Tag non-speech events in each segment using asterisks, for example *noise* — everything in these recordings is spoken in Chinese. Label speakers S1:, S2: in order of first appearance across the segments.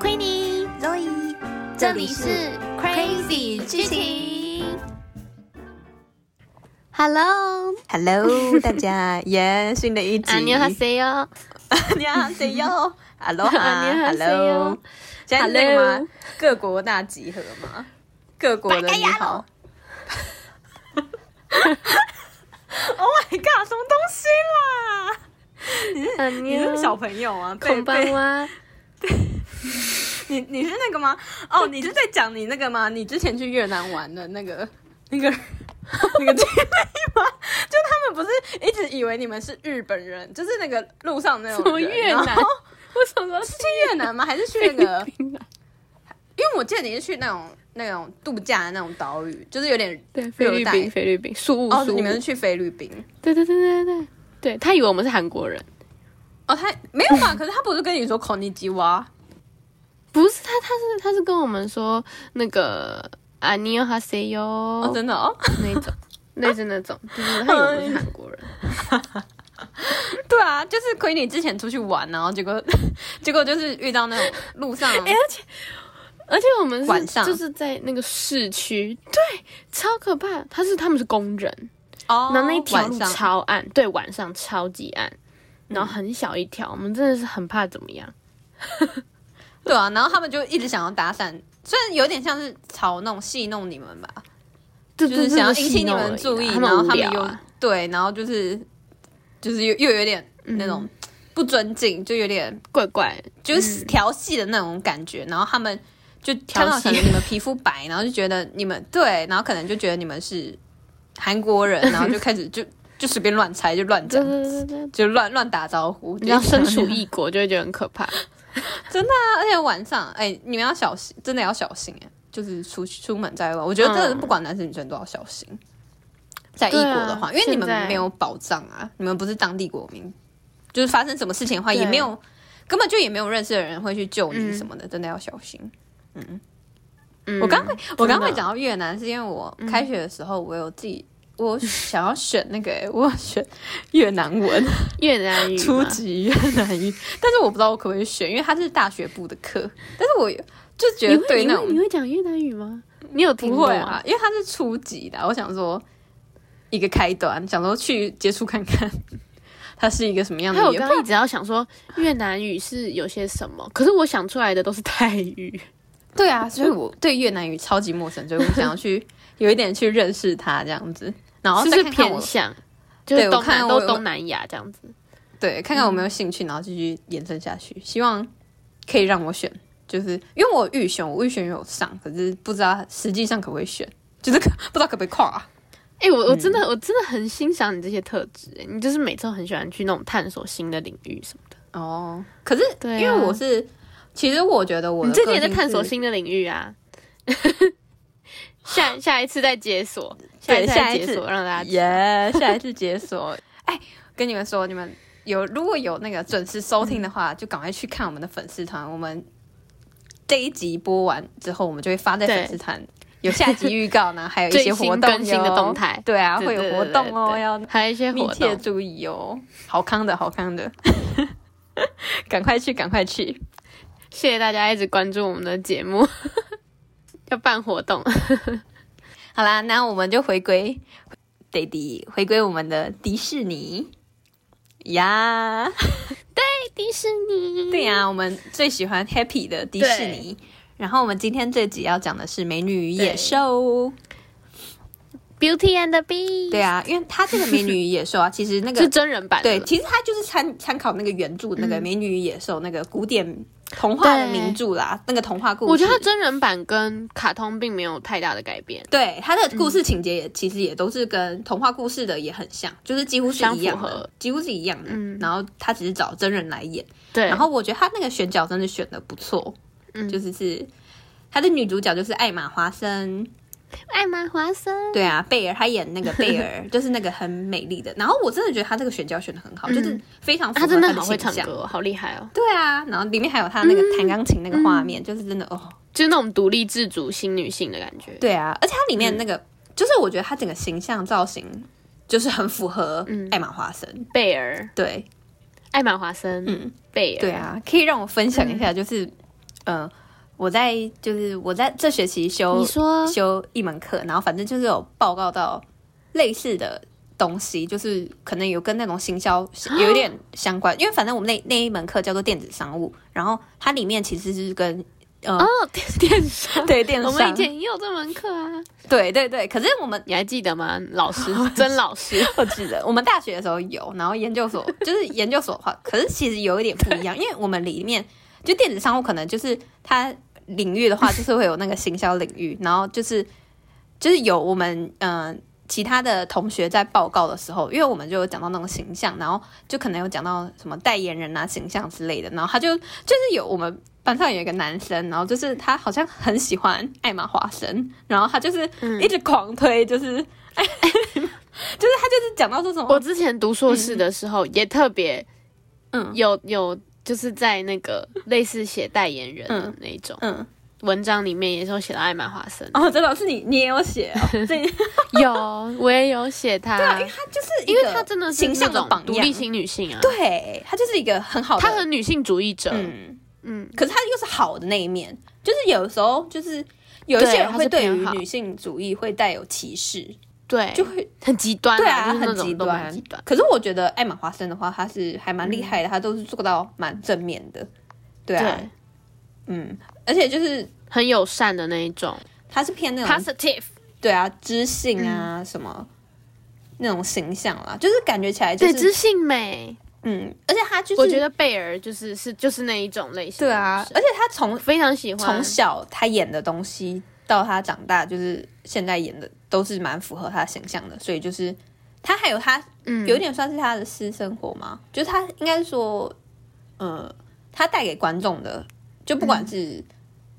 S1: Queenie，
S2: Zoe，
S1: 这里是 Crazy 剧情。Hello，
S2: Hello 大家，耶、新的一集，
S1: 안녕하세요，
S2: *laughs* 你好，谁哟
S1: 안녕하세요
S2: ？Aloha，Hello，现在是那个吗？各国大集合吗？各国的你好。oh my god，什么东西啦？
S1: 안녕，
S2: 你是小朋友啊？贝
S1: 空巴
S2: 贝，
S1: *laughs* 哇，
S2: 你你是那个吗？哦，你是在讲你那个吗？你之前去越南玩的那个那个 *laughs* 那个经历吗？就他们不是一直以为你们是日本人，就是那个路上那种
S1: 什么
S2: 人
S1: 越
S2: 然后
S1: 南？为什么
S2: 是去越南吗？还是去
S1: 这
S2: 那
S1: *laughs*
S2: 个？
S1: 个？
S2: 因为我记得你是去那种那种度假的那种岛屿，就是有点
S1: 对，菲律
S2: 热带
S1: 宾，菲律宾，苏武，
S2: 哦，
S1: 苏武
S2: 你们是去菲律宾
S1: 对对对对对对，对他以为我们是韩国人，
S2: 哦？他没有吧？可是他不是跟你说哦孔尼基哇？
S1: 不是他，他是他是跟我们说那个啊안녕하세요，
S2: 哦，真的哦，
S1: 那种，类似那种，就是他以为我们是韩国人。
S2: 对啊，就是亏你之前出去玩，然后结果 *laughs* 结果就是遇到那种路
S1: *laughs*
S2: 上，
S1: *laughs* 哎而且我们是
S2: 晚上
S1: 就是在那个市区，对，超可怕。他是他们是工人，
S2: 哦，
S1: 然后那一条
S2: 晚
S1: 路
S2: 上
S1: 超暗，对，晚上超级暗，然后很小一条，我们真的是很怕怎么样。
S2: 对啊，然后他们就一直想要搭讪，虽然有点像是嘲弄、戏弄你们吧，
S1: 就
S2: 就是想要引起你们注意，然后他们又
S1: 有
S2: 对，然后就是就是又又有点那种
S1: 嗯
S2: 不尊敬，就有点
S1: 怪怪，
S2: 就是调戏的那种感觉，然后他们就看到
S1: 调戏
S2: 可能你们皮肤白，然后就觉得你们对，然后可能就觉得你们是韩国人，然后就开始就 *laughs* 就随便乱猜，就乱
S1: 对
S2: 讲，
S1: 对对对。
S2: 就乱乱打招呼，
S1: 你要
S2: 就是这
S1: 身
S2: 样
S1: 处异国，就会觉得很可怕。
S2: 而且晚上，哎、你们要小心，真的要小心哎、就是出去出门在外，我觉得这
S1: 嗯
S2: 不管男生女生都要小心。在异国的话，因
S1: 对啊
S2: 为你
S1: 现在
S2: 们没有保障啊，你们不是当地国民，就是发生什么事情的话，
S1: 对
S2: 也没有根本就也没有认识的人会去救你什么的，真的要小心。
S1: 嗯
S2: 我刚会，我刚
S1: 真的
S2: 会讲到越南，是因为我开学的时候，我有自
S1: *laughs*
S2: 己，我想要选那个、欸，我有选越南文，
S1: 越南语嘛
S2: 初级越南语，但是我不知道我可不可以选，因为它是大学部的课，但是我就觉
S1: 你
S2: 得对
S1: 会你
S2: 那
S1: 会
S2: 种
S1: 你会讲越南语吗？你有听
S2: 不
S1: 过
S2: 会
S1: 吗
S2: 啊？，因为它是初级的啊，我想说一个开端，想说去接触看看，它是一个什么样
S1: 还有
S2: 的
S1: 我
S2: 语言
S1: 刚。刚一直要想说越南语是有些什么，可是我想出来的都是泰语。
S2: 对啊，所以我对越南语超级陌生，所以我想要去有一点去认识它这样子，然后
S1: 是
S2: 再
S1: 不是
S2: 看看
S1: 偏
S2: 我
S1: 向，就是
S2: 对
S1: 东
S2: 我
S1: 南
S2: 看
S1: 都
S2: 我
S1: 东南亚这样子。
S2: 对，看看
S1: 嗯
S2: 有没有兴趣，然后继续延伸下去。希望可以让我选，就是因为我有预选，我预选有上，可是不知道实际上可不可以选， *laughs* 就是可不知道可不可以跨、啊
S1: 哎、我我真的、
S2: 嗯
S1: 我真的很欣赏你这些特质、哎你就是每次都很喜欢去那种探索新的领域什么的。
S2: 哦，可是
S1: 对啊
S2: 因为我是，其实我觉得我
S1: 你
S2: 的
S1: 最近也在
S2: 个性
S1: 探索
S2: 是
S1: 新的领域啊，下下一次再解锁，下
S2: 对
S1: 一次
S2: 下
S1: 再
S2: 一次
S1: 解锁让大家。
S2: 耶下一次解锁。哎，跟你们说，你们有如果有那个准时收听的话，就赶快去看我们的粉丝团。我们这一集播完之后，我们就会发在
S1: 对
S2: 粉丝团，有下集预告呢，还有一
S1: *laughs* 最
S2: 些
S1: 新
S2: 活动
S1: 更新的
S2: 哟
S1: 动态
S2: 对啊，
S1: 对
S2: 会有
S1: 对
S2: 活
S1: 对
S2: 动
S1: 对
S2: 哦，
S1: 对
S2: 要
S1: 还有一些
S2: 密
S1: 活
S2: 切
S1: 动，
S2: 注意哦。 *laughs* 好康的，好康的， *laughs* 赶快去，赶快去。
S1: 谢谢大家一直关注我们的节目， *laughs* 要办活动。
S2: 好啦，那我们就回归 Daddy，回归我们的迪士尼呀。
S1: 迪士尼，
S2: 对呀、我们最喜欢 Happy 的迪士尼。然后我们今天这集要讲的是《美女与野兽》。
S1: Beauty and the Beast，
S2: 对啊，因为它这个《美女与野 *laughs* 兽》啊，其实那
S1: 是
S2: 个
S1: 真人版的
S2: 对，
S1: 了，
S2: 其实它就是参参考那个原著那个《美女与野兽》那个古典童话的名著啦，那个童话故事。
S1: 我觉得它真人版跟卡通并没有太大的改变，
S2: 对它的故事情节也、其实也都是跟童话故事的也很像，就是几乎是一
S1: 相符
S2: 样
S1: 合
S2: 的，几乎是一样的。
S1: 嗯
S2: 然后他只是找真人来演，
S1: 对，
S2: 然后我觉得他那个选角真的选的不错，
S1: 嗯
S2: 就是是他的女主角就是艾玛华森，
S1: 艾玛华森，
S2: 对啊，贝尔她演那个贝尔，
S1: *laughs*
S2: 就是那个很美丽的。然后我真的觉得她这个选角选的很好，就是非常符合
S1: 她嗯真的
S2: 她
S1: 很会唱
S2: 形象。
S1: 歌，好厉害哦！
S2: 对啊，然后里面还有她那个弹钢琴那个画
S1: 嗯
S2: 面，就是真的哦。
S1: 就是那种独立自主新女性的感觉，
S2: 对啊，而且它里面
S1: 嗯
S2: 那个，就是我觉得她整个
S1: 嗯
S2: 形象造型就是很符合艾玛华森。
S1: 贝尔，
S2: 对，
S1: 艾玛华森、
S2: 嗯，
S1: 贝尔，
S2: 对啊，可以让我分享一下，就是，嗯、呃，我在就是我在这学期修
S1: 你说
S2: 修一门课，然后反正就是有报告到类似的东西，就是可能有跟那种行
S1: *gasps*
S2: 销有一点相关，因为反正我们那那一门课叫做电子商务，然后它里面其实是跟呃、
S1: 哦，电电商，
S2: 对电
S1: 我们以
S2: 商，
S1: 前也有这门课啊，
S2: 对对对，可是我们
S1: 你还记得吗？老师，曾老师，
S2: *laughs* 我记得我们大学的时候有，然后研究所就是研究所的话，可是其实有一点不一样，因为我们里面就电子商务可能就是它领域的话，就是会有那个行销领域，然后就是就是有我们嗯、呃其他的同学在报告的时候，因为我们就有讲到那种形象，然后就可能有讲到什么代言人啊、形象之类的，然后他就就是有我们班上有一个男生，然后就是他好像很喜欢艾玛华森，然后他就是
S1: 嗯
S2: 一直狂推，就是、哎， *laughs* 就是他就是讲到说什么
S1: 我之前读硕士的时候也特别
S2: 嗯
S1: 有有。就是在那个类似写代言人的那一种、
S2: 嗯，
S1: 文章里面，也是有写到艾玛华森，
S2: 哦，真的是你，你也有写、哦，这
S1: 有我也有写他，
S2: 他就是一
S1: 因为
S2: 个
S1: 她真的是
S2: 形象
S1: 那
S2: 的
S1: 种
S2: 榜
S1: 独
S2: 样
S1: 立，型女性啊，，
S2: 对他就是一个很好的，
S1: 她很女性主义者，
S2: 嗯。
S1: 嗯，
S2: 可是它又是好的那一面，就是有时候就是有一些人会对于女性主义会带有歧视，
S1: 对，
S2: 就会
S1: 很极端啊，
S2: 对啊，
S1: 就是那
S2: 很
S1: 种
S2: 极
S1: 都蛮
S2: 端
S1: 极端。。嗯
S2: 可是我觉得艾玛华森的话，她是还蛮厉害的，她都是做到蛮正面的，对啊，
S1: 对，
S2: 嗯，而且就是
S1: 很友善的那一种
S2: 她是偏那种
S1: ，positive，嗯
S2: 对啊，知性啊、什么那种形象啦，就是感觉起来就
S1: 对，
S2: 是
S1: 知性美。
S2: 嗯，而且她就是
S1: 我觉得贝尔就是是就是那一种类型
S2: 对
S1: 的女生，
S2: 啊，而且她从
S1: 我非常喜欢。
S2: 从小他演的东西到他长大，就是现在演的都是蛮符合他的形象的，所以就是他还有他
S1: 嗯，
S2: 有点算是他的私生活嘛，就是他应该说，呃，他带给观众的，就不管
S1: 嗯
S2: 是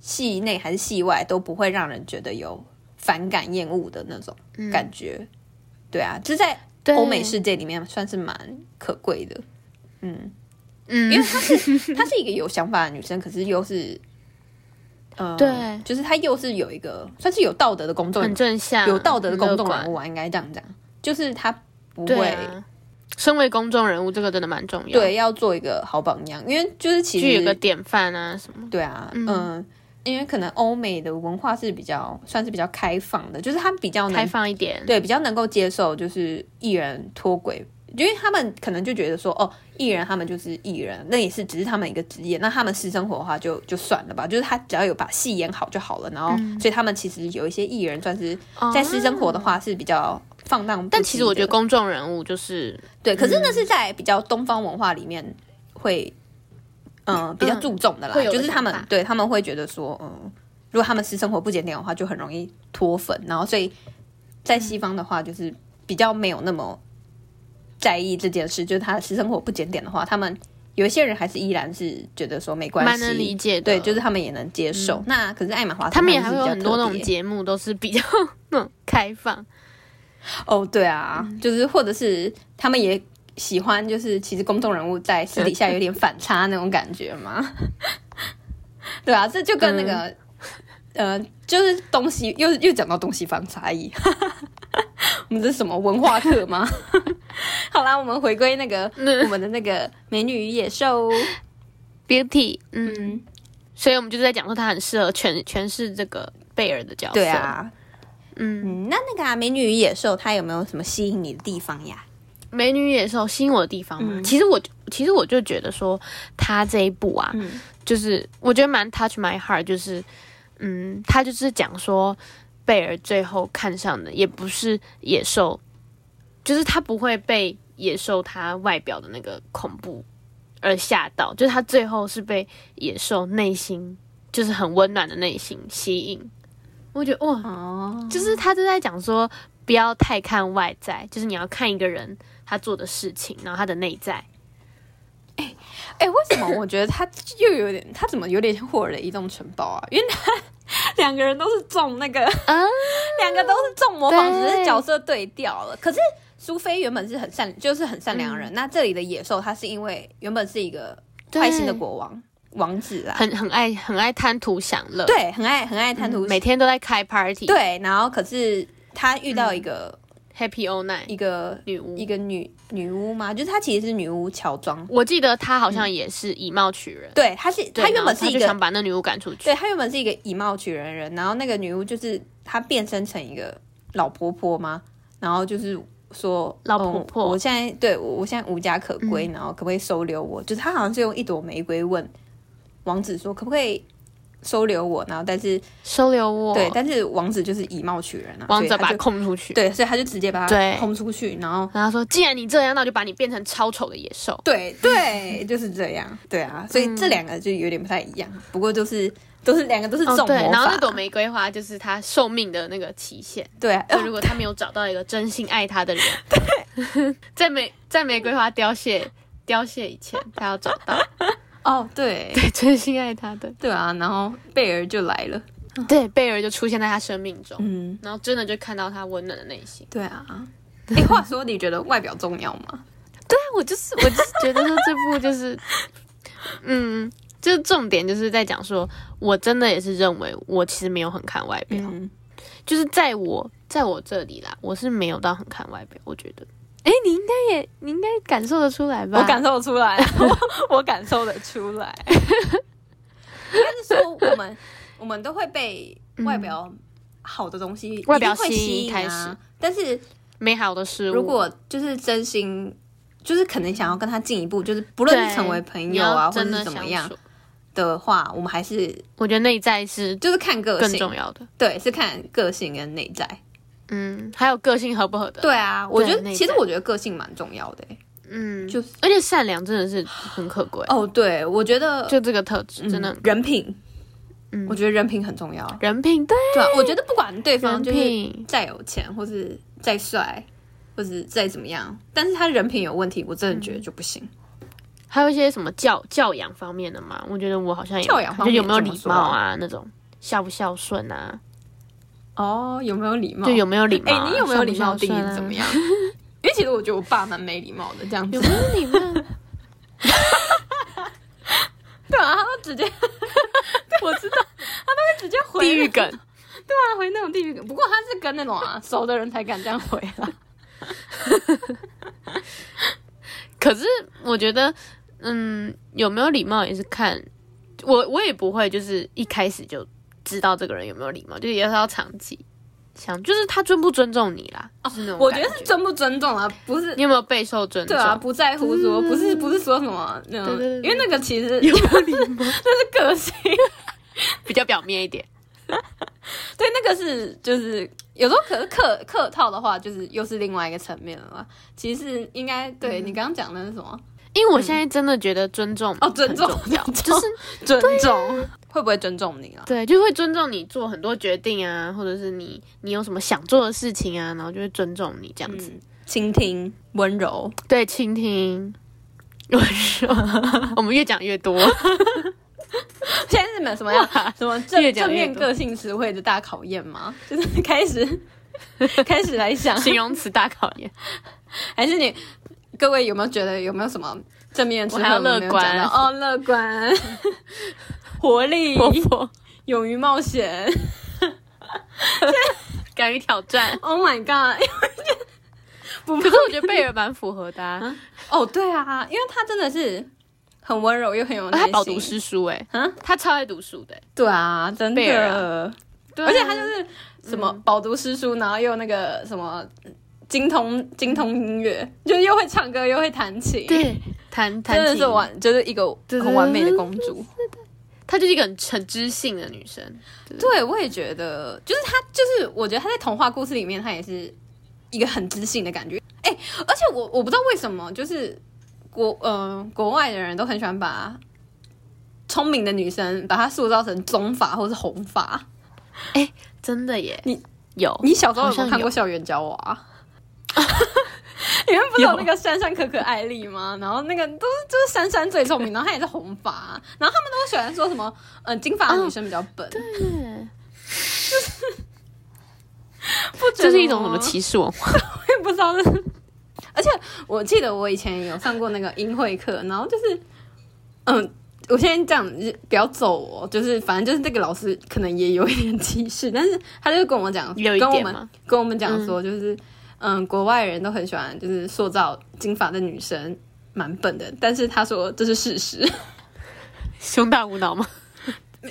S2: 戏内还是戏外，都不会让人觉得有反感、厌恶的那种感觉。对啊，这在
S1: 嗯对
S2: 欧美世界里面算是蛮可贵的。嗯，
S1: 嗯
S2: 因为她
S1: *laughs*
S2: 是她是一个有想法的女生，可是又是，呃，
S1: 对
S2: 就是她又是有一个算是有道德的公众
S1: 很
S2: 人
S1: 正向，
S2: 有道德的公
S1: 很乐
S2: 众
S1: 观
S2: 人物啊，应该这样讲，就是她不会
S1: 对啊。身为公众人物，这个真的蛮重要，，
S2: 对要做一个好榜样，因为就是其
S1: 就有个
S2: 实
S1: 典范啊什么。
S2: 对啊，
S1: 嗯
S2: 嗯、因为可能欧美的文化是比较算是比较开放的，就是他们比较
S1: 开
S2: 能
S1: 放一点，
S2: 嗯对比较能够接受就是艺人脱轨。因为他们可能就觉得说，哦，艺人他们就是艺人，那也是只是他们一个职业。那他们私生活的话就，就算了吧，就是他只要有把戏演好就好了。然后，
S1: 嗯
S2: 所以他们其实有一些艺人算是在私生活的话是比较放荡不羁的。
S1: 哦但其实我觉得公众人物就是
S2: 对，可是
S1: 嗯
S2: 那是在比较东方文化里面会，嗯、比较注重的啦，
S1: 会有的
S2: 就是他们
S1: 想法
S2: 对他们会觉得说，嗯，如果他们私生活不检点的话，就很容易脱粉，然后所以在西方的话，就是比较没有那么在意这件事，就是他的私生活不检点的话，他们有一些人还是依然是觉得说没关
S1: 蛮
S2: 系，
S1: 能理解的，嗯
S2: 对，就是他们也能接受。那可是艾玛华森
S1: 他们也
S2: 是
S1: 还会
S2: 比
S1: 有
S2: 较
S1: 很多
S2: 特
S1: 那种
S2: 别
S1: 节目，都是比较 *laughs* 那种开放。
S2: 哦，对啊，就是或者是他们也喜欢，就是其实公众人物在私底下有点反差那种感觉嘛。 *laughs* 对啊，这就跟那个、呃，就是东西又又讲到东西方差异， *laughs* 我们这是什么文化课吗？ *laughs* 好啦，我们回归那个我们的那个美女与野兽，
S1: Beauty，嗯，
S2: 嗯，
S1: 所以我们就是在讲说他很适合诠诠释这个贝尔的角色。
S2: 对，啊，
S1: 嗯，
S2: 嗯，那那个啊，美女与野兽，它有没有什么吸引你的地方呀？
S1: 美女野兽吸引我的地方嘛，
S2: 嗯
S1: 其实我其实我就觉得说他这一部啊，
S2: 嗯
S1: 就是我觉得蛮 touch my heart，就是嗯，他就是讲说贝尔最后看上的也不是野兽，就是他不会被野兽他外表的那个恐怖而吓到，就是他最后是被野兽内心就是很温暖的内心吸引。我觉得哇，
S2: 哦，
S1: 就是他就在讲说，不要太看外在，就是你要看一个人他做的事情，然后他的内在。
S2: 哎、为什么我觉得他又有点，他怎么有点像霍尔的移动城堡啊？因为他 *laughs* 两个人都是中那个，
S1: 啊
S2: *laughs* 两个都是中模仿，
S1: 对
S2: 只是角色对调了。可是苏菲原本是很善，就是很善良的人。那这里的野兽，他是因为原本是一个坏心的
S1: 嗯对
S2: 国王王子啊，
S1: 很很爱很爱贪图享乐，
S2: 对，很爱很爱贪
S1: 嗯，
S2: 图、
S1: 每天都在开 party，
S2: 对，然后可是他遇到一个、
S1: 嗯，Happy All Night
S2: 一个
S1: 女巫
S2: 一，个女女巫吗？就是她其实是女巫乔装，
S1: 我记得他好像也是以貌取人，
S2: 对，她是
S1: 对
S2: 她嗯原
S1: 然后
S2: 本是一
S1: 就
S2: 个
S1: 想把那女巫赶出去
S2: 对，她原本是一个以貌取人的人，然后那个女巫就是她变身成一个老婆婆嘛，然后就是说
S1: 老婆婆嗯
S2: 哦我现在对我我现在无家可归，然后可不可以收留我？就是她好像是用一朵玫瑰问王子说可不可以收留我，然后但是
S1: 收留我，
S2: 对，但是王子就是以貌取人啊，
S1: 哦王
S2: 所以
S1: 者
S2: 他
S1: 把
S2: 就
S1: 他控出去，，
S2: 对，所以他就直接把
S1: 对
S2: 他轰出去，然后。
S1: 然后他说既然你这样，那我就把你变成超丑的野兽，
S2: 对
S1: *laughs*
S2: 对，就是这样，对啊，所
S1: 嗯
S2: 以这两个就有点不太一样，不过就是都是两个都是
S1: 哦
S2: 重魔
S1: 对，
S2: 法，
S1: 然后那朵玫瑰花就是他寿命的那个期限，
S2: 对啊，
S1: 就如果他没有找到一个真心爱他
S2: *laughs*
S1: 的人， *laughs* 在玫在玫瑰花凋谢凋谢以前，他要找
S2: *laughs*
S1: 到
S2: 哦对，
S1: 对真心爱他的，
S2: 对啊，然后贝尔就来了。
S1: 对贝尔就出现在他生命中，
S2: 嗯，
S1: 然后真的就看到他温暖的内心。
S2: 对啊。哎，话说，你觉得外表重要吗？
S1: 对啊，我就是我就是觉得说这部就是， *laughs* 嗯，就是重点就是在讲说，我真的也是认为我其实没有很看外表，
S2: 嗯，
S1: 就是在我在我这里啦，我是没有到很看外表，我觉得。哎，你应该也，你应该感受得出来吧？
S3: 我感受出
S1: *laughs*
S3: 来，我我感受得出来。
S2: 但是说我 *laughs* 们我们都会被外表好的东西
S1: 嗯外表
S2: 一定会
S1: 吸引
S2: 吸引
S1: 开
S2: 啊
S1: 始。
S2: 但是
S1: 美好的事物，
S2: 如果就是真心，就是可能想要跟他进一步，就是不论是
S1: 嗯对
S2: 成为朋
S1: 你
S2: 友啊，
S1: 要
S2: 或
S1: 真
S2: 者
S1: 的
S2: 是怎么
S1: 相
S2: 样
S1: 处，
S2: 的话，我们还是
S1: 我觉得内在是
S2: 就是看个
S1: 更
S2: 性
S1: 重，要的。
S2: 对，是看个性跟内在。
S1: 嗯，还有个性合不合的，，
S2: 对啊，我觉得
S1: 内
S2: 其实
S1: 在
S2: 我觉得个性蛮重要的欸。
S1: 嗯，
S2: 就是
S1: 而且善良真的是很可贵，
S2: 哦，对，我觉得
S1: 就这个特质
S2: 嗯
S1: 真的，
S2: 人品，
S1: 嗯
S2: 我觉得人品很重要。
S1: 人品对，
S2: 对啊，我觉得不管对方
S1: 人
S2: 就是
S1: 品，
S2: 再有钱，或是再帅，或是再怎么样，但是他人品有问题，我真的觉得就不行。
S1: 还有一些什么教教养方面的嘛？我觉得我好像也
S2: 教养方面
S1: 就有没有
S2: 怎
S1: 礼
S2: 么说
S1: 貌
S2: 啊
S1: 啊，那种孝不孝顺啊，
S2: 哦，有没有礼貌？
S1: 就有没有礼貌
S2: *laughs* 哎、
S1: 啊、
S2: 你有没有礼貌
S1: 孝
S2: 定
S1: 不孝顺
S2: 义
S1: 啊
S2: 怎么？样？因为其实我觉得我爸蛮没礼貌的，这样子
S1: 有。 *laughs* 没有
S2: *laughs*
S1: 礼
S2: 啊
S1: 貌？
S2: 对啊，他都直 *laughs* 接，对，我知道，他都会直接回
S1: 地狱梗，
S2: 他回那种地狱梗。不过他是跟那种啊熟的人才敢这样回啦。
S1: 可是我觉得，嗯，有没有礼貌也是看我，我也不会就是一开始就知道这个人有没有礼貌，就是也是要长期想，就是他尊不尊重你啦。哦，那种
S2: 我觉得
S1: 感
S2: 是尊不尊重啊，不是
S1: 你有没有备受尊重？
S2: 对啊，不在乎说，不是不是说什么那种
S1: 对对，
S2: 因
S1: 对
S2: 为那个其 *laughs* 实
S1: 有没有礼貌？
S2: 那是个性，
S1: 比较表面一点。
S2: 对，那个是就是有时候可是客客套的话，就是又是另外一个层面了嘛。其实应该对
S1: 嗯
S2: 你刚刚讲的是什么？
S1: 因为我现在真的觉得尊重
S2: 嗯哦，尊重
S1: 很，
S2: *laughs* 要
S1: 就是
S2: 尊重，会不会尊重你啊？
S1: 对，就会尊重你做很多决定啊，或者是你你有什么想做的事情啊，然后就会尊重你这样子。
S2: 嗯，倾听，温柔，
S1: 对，倾听。我说， *laughs* 我们越讲越多，
S2: 现在是没什么样什么
S1: 越
S2: 正
S1: 讲
S2: 正
S1: 越
S2: 面
S1: 多
S2: 个性词汇的大考验吗？就是开
S1: *laughs*
S2: 始开始来想，
S1: 形容词大考
S2: *laughs*
S1: 验。
S2: 还是你各位有没有觉得有没有什么正面的词
S1: 我
S2: 汇
S1: 还要
S2: 我们没有
S1: 乐观
S2: 讲到哦，乐观， *laughs* 活力，
S1: 活泼，
S2: 勇于冒险。
S1: 敢于挑战。
S2: Oh my *laughs* god！
S1: 可是我觉得贝尔蛮符合的、啊，
S2: *laughs* 哦，对啊，因为他真的是很温柔又很有耐
S1: 哦他
S2: 心，
S1: 饱读诗书哎、欸，
S2: 嗯
S1: 他超爱读书的欸、
S2: 对啊，真
S1: 贝尔
S2: 的，
S1: 对啊嗯
S2: 而且他就是什么饱读诗书，然后又那个什么。精通精通音乐，就是又会唱歌又会弹琴，
S1: 对弹弹
S2: 真的
S1: 琴
S2: 是，完，就是一个
S1: 对对
S2: 很完美的公主。
S1: 她就是一个很很知性的女生。
S2: 对，我也觉得，就是她，就是我觉得她在童话故事里面，她也是一个很知性的感觉。哎、而且我我不知道为什么，就是国嗯、国外的人都很喜欢把聪明的女生把她塑造成棕发或是红发。
S1: 真的耶，
S2: 你
S1: 有
S2: 你小时候有
S1: 好
S2: 没
S1: 像
S2: 有看过《校园娇娃》？你们不是有那个珊珊可可艾丽吗？然后那个都是就是珊珊最聪明，然后她也是红发，然后他们都喜欢说什么，嗯、金发的女生比较笨，
S1: 哦
S2: *laughs*
S1: 对
S2: 不觉
S1: 这
S2: 得
S1: 是一种什么
S2: 吗
S1: 歧视文化？ *laughs*
S2: 我也不知道 *laughs* 是。而且我记得我以前有上过那个音会课，然后就是，嗯，我现在这样子不要揍我，就是反正就是那个老师可能也有一点歧视，但是他就跟我讲，
S1: 有一
S2: 跟我
S1: 点
S2: 们
S1: 吗？
S2: 跟我们讲说，就是嗯、嗯，国外人都很喜欢就是塑造金发的女生蛮笨的，但是他说这是事实，
S1: 胸大无脑吗？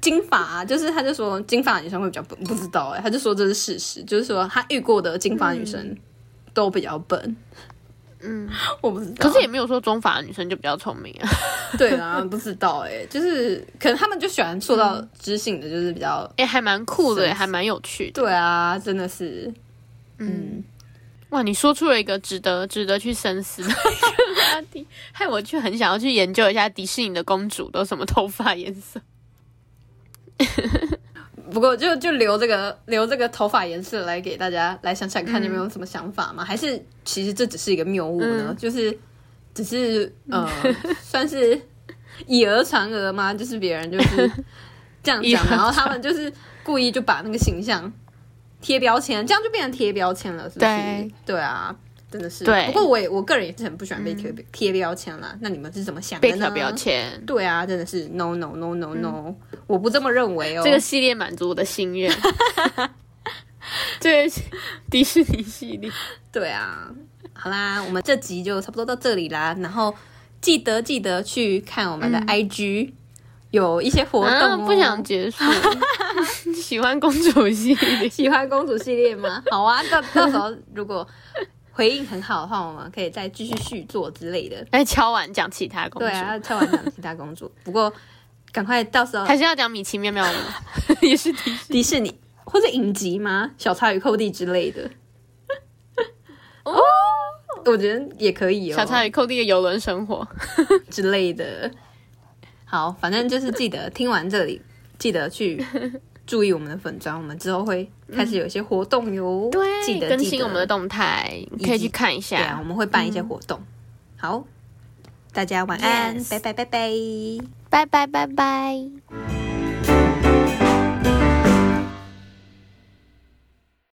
S2: 金发、啊、就是他就说金发女生会比较笨，不知道哎、他就说这是事实，就是说他遇过的金发女生都比较笨，
S1: 嗯，
S2: *laughs* 我不知道，
S1: 可是也没有说中法的女生就比较聪明 *laughs* 啊。
S2: 对啊，不知道哎、就是可能他们就喜欢塑
S1: 嗯
S2: 造知性的，就是比较
S1: 哎、还蛮酷的，
S2: 神奇
S1: 还蛮有趣的。
S2: 对啊，真的是，
S1: 嗯，哇，你说出了一个值得值得去深思 *laughs* 的一个话题，害我去很想要去研究一下迪士尼的公主都什么头发颜 *laughs* 色。
S2: 不过就就留这个留这个头发颜色来给大家来想想看你们有什么想法吗？还是其实这只是一个谬误呢？
S1: 嗯
S2: 就是只是
S1: *laughs*
S2: 呃，算是以讹传讹吗？就是别人就是这样
S1: *laughs* 以讹
S2: 讲，然后他们就是故意就把那个形象贴标签，这样就变成贴标签了，是不是？
S1: 对，
S2: 啊。真的是，
S1: 对嗯
S2: 不过我也我个人也是很不喜欢被贴贴标签啦。那你们是怎么想的
S1: 被
S2: 呢？
S1: 贴标签。嗯
S2: 对啊，真的是 no no no no no，、我不这么认为哦。
S1: 这个系列满足我的心 *laughs* 愿。这个迪士尼系列，
S2: 对啊，好啦，我们这集就差不多到这里啦。然后记得记得去看我们的 IG，、有一些活动、
S1: 嗯啊，
S2: 哦
S1: 不想结 *laughs* 束。喜欢公主系列，
S2: 喜欢公主系列
S1: *laughs*
S2: 吗？好啊，到到时候如果回应很好的话，我们可以再继续续做之类的。
S1: 哎，敲完讲其他公主，
S2: 对啊，跳完讲其他公
S1: *laughs*
S2: 主，不过赶快到时候
S1: 还是要讲米奇妙妙屋， *laughs* 也是迪士尼。
S2: 迪士尼或者影集吗？小茶与寇弟之类的。
S1: 哦，
S2: *laughs* 我觉得也可以哦。
S1: 小茶与寇弟的游轮生活，
S2: 之类的。好，反正就是记得听完这里， *laughs* 记得去注意我们的粉砖，我们之后会开始有一些活动哟。记得
S1: 嗯更
S2: 记
S1: 新
S2: 得
S1: 我们的动态，你可以去看一
S2: 对啊，
S1: 下
S2: 我。们会办一些活动。好，大家晚安
S1: Yes
S2: 拜拜拜拜。
S1: 拜拜
S4: 拜
S1: 拜拜。
S4: 拜。